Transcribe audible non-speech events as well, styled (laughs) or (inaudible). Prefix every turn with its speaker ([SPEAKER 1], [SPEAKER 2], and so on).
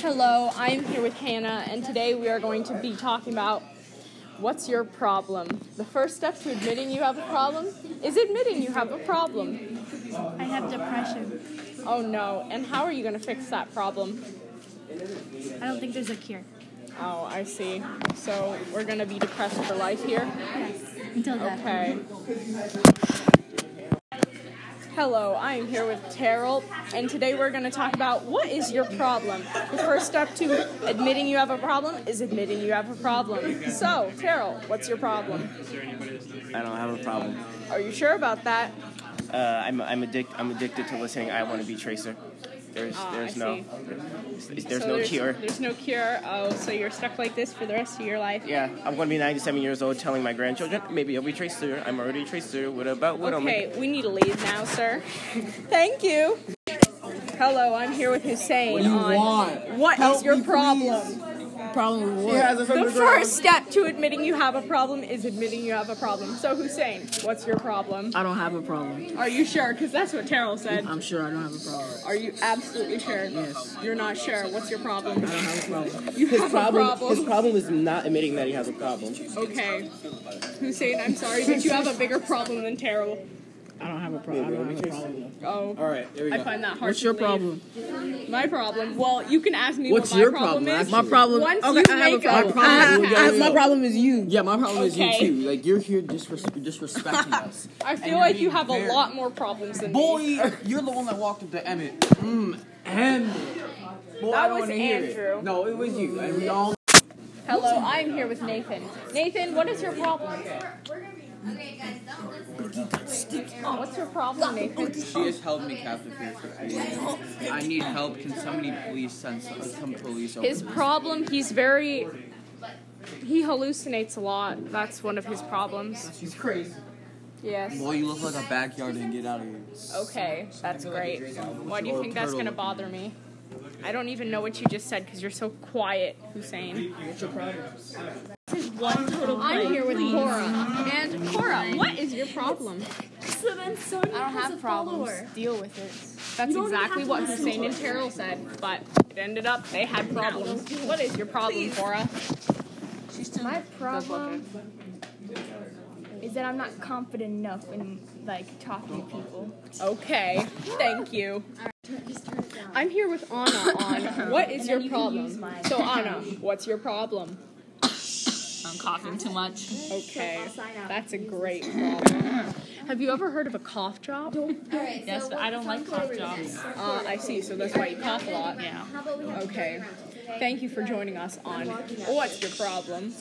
[SPEAKER 1] Hello, I am here with Hannah, and today we are going to be talking about what's your problem. The first step to admitting you have a problem is admitting you have a problem.
[SPEAKER 2] I have depression.
[SPEAKER 1] Oh no, and how are you going to fix that problem?
[SPEAKER 2] I don't think there's a cure.
[SPEAKER 1] Oh, I see. So we're going to be depressed for life here?
[SPEAKER 2] Yes. Until death.
[SPEAKER 1] Okay. Hello, I am here with Terrell, and today we're going to talk about what is your problem. The first step to admitting you have a problem is admitting you have a problem. So, Terrell, what's your problem?
[SPEAKER 3] I don't have a problem.
[SPEAKER 1] Are you sure about that?
[SPEAKER 3] Uh, I'm I'm addict I'm addicted to listening. I want to be Tracer. There's
[SPEAKER 1] Ah,
[SPEAKER 3] there's
[SPEAKER 1] I
[SPEAKER 3] no
[SPEAKER 1] see.
[SPEAKER 3] there's, there's
[SPEAKER 1] So
[SPEAKER 3] no cure.
[SPEAKER 1] There's no cure. Oh, so you're stuck like this for the rest of your life.
[SPEAKER 3] Yeah, I'm gonna be 97 years old, telling my grandchildren maybe I'll be Tracer. I'm already Tracer. What about what
[SPEAKER 1] Okay, we need to leave now, sir. Thank you. Hello, I'm here with Hussein
[SPEAKER 4] What do you
[SPEAKER 1] on
[SPEAKER 4] want?
[SPEAKER 1] what is
[SPEAKER 4] Help
[SPEAKER 1] your
[SPEAKER 4] me,
[SPEAKER 1] problem.
[SPEAKER 4] Problem with what?
[SPEAKER 1] The first step to admitting you have a problem is admitting you have a problem. So Hussein, what's your problem?
[SPEAKER 4] I don't have a problem.
[SPEAKER 1] Are you sure? Because that's what Terrell said.
[SPEAKER 4] I'm sure I don't have a problem.
[SPEAKER 1] Are you absolutely sure?
[SPEAKER 4] Yes.
[SPEAKER 1] You're not sure. What's your problem?
[SPEAKER 4] I don't have a
[SPEAKER 5] (laughs)
[SPEAKER 4] problem.
[SPEAKER 1] You
[SPEAKER 3] His
[SPEAKER 1] have
[SPEAKER 3] problem,
[SPEAKER 1] a problem.
[SPEAKER 3] his problem is not admitting that he has a problem.
[SPEAKER 1] Okay. Hussein, I'm sorry, but you have a bigger problem than Terrell.
[SPEAKER 4] I don't have a problem. I don't have a problem.
[SPEAKER 1] Oh.
[SPEAKER 3] All right, there we
[SPEAKER 1] I find that hard.
[SPEAKER 4] What's
[SPEAKER 1] to
[SPEAKER 4] your
[SPEAKER 1] believe.
[SPEAKER 4] problem?
[SPEAKER 1] My problem. Well, you can ask me
[SPEAKER 5] What's
[SPEAKER 1] what my
[SPEAKER 5] your
[SPEAKER 1] problem,
[SPEAKER 5] problem?
[SPEAKER 1] is.
[SPEAKER 5] My problem-
[SPEAKER 1] Once
[SPEAKER 5] okay,
[SPEAKER 1] you
[SPEAKER 5] I have a
[SPEAKER 1] make
[SPEAKER 5] problem.
[SPEAKER 1] a
[SPEAKER 5] I- I- I- my
[SPEAKER 4] problem is you.
[SPEAKER 5] Yeah, my problem is you
[SPEAKER 1] Okay.
[SPEAKER 5] too. Like you're here disres- (laughs) disrespecting us.
[SPEAKER 1] I
[SPEAKER 5] And
[SPEAKER 1] feel
[SPEAKER 5] you're
[SPEAKER 1] like you
[SPEAKER 5] being
[SPEAKER 1] have a
[SPEAKER 5] very-
[SPEAKER 1] lot more problems than
[SPEAKER 5] Boy,
[SPEAKER 1] me.
[SPEAKER 5] you're the one that walked up to Emmett. Mm, Emmett. Boy,
[SPEAKER 1] That
[SPEAKER 5] I don't
[SPEAKER 1] was
[SPEAKER 5] want to hear
[SPEAKER 1] Andrew.
[SPEAKER 5] it. No, it was you. And we all.
[SPEAKER 1] Hello, I'm here with Nathan. Nathan, what is your problem? Oh, What's your problem, Nathan?
[SPEAKER 6] She has held me captive here for eight years. I need help. Can somebody please send some, some police over?
[SPEAKER 1] His problem, he's very. He hallucinates a lot. That's one of his problems.
[SPEAKER 5] She's crazy.
[SPEAKER 1] Yes.
[SPEAKER 6] Boy, you look like a backyard and get out of here.
[SPEAKER 1] Okay, that's great. Why do you think that's gonna bother me? I don't even know what you just said because you're so quiet, Hussein. I'm here with Cora. And Cora, what is your problem?
[SPEAKER 2] I don't have problems.
[SPEAKER 1] Deal with it. That's exactly what Hussein and Terrell said, but it ended up they had problems. What is your problem, Cora?
[SPEAKER 2] My problem is that I'm not confident enough in like talking to people.
[SPEAKER 1] Okay, thank you. I'm here with Anna on what is your problem? So Anna, what's your problem?
[SPEAKER 7] I'm coughing too much.
[SPEAKER 1] Okay, that's a great problem. Have you ever heard of a cough drop?
[SPEAKER 7] Yes, but I don't like cough jobs.
[SPEAKER 1] Uh, I see, so that's why you cough a lot.
[SPEAKER 7] Yeah.
[SPEAKER 1] Okay, thank you for joining us on What's Your Problem?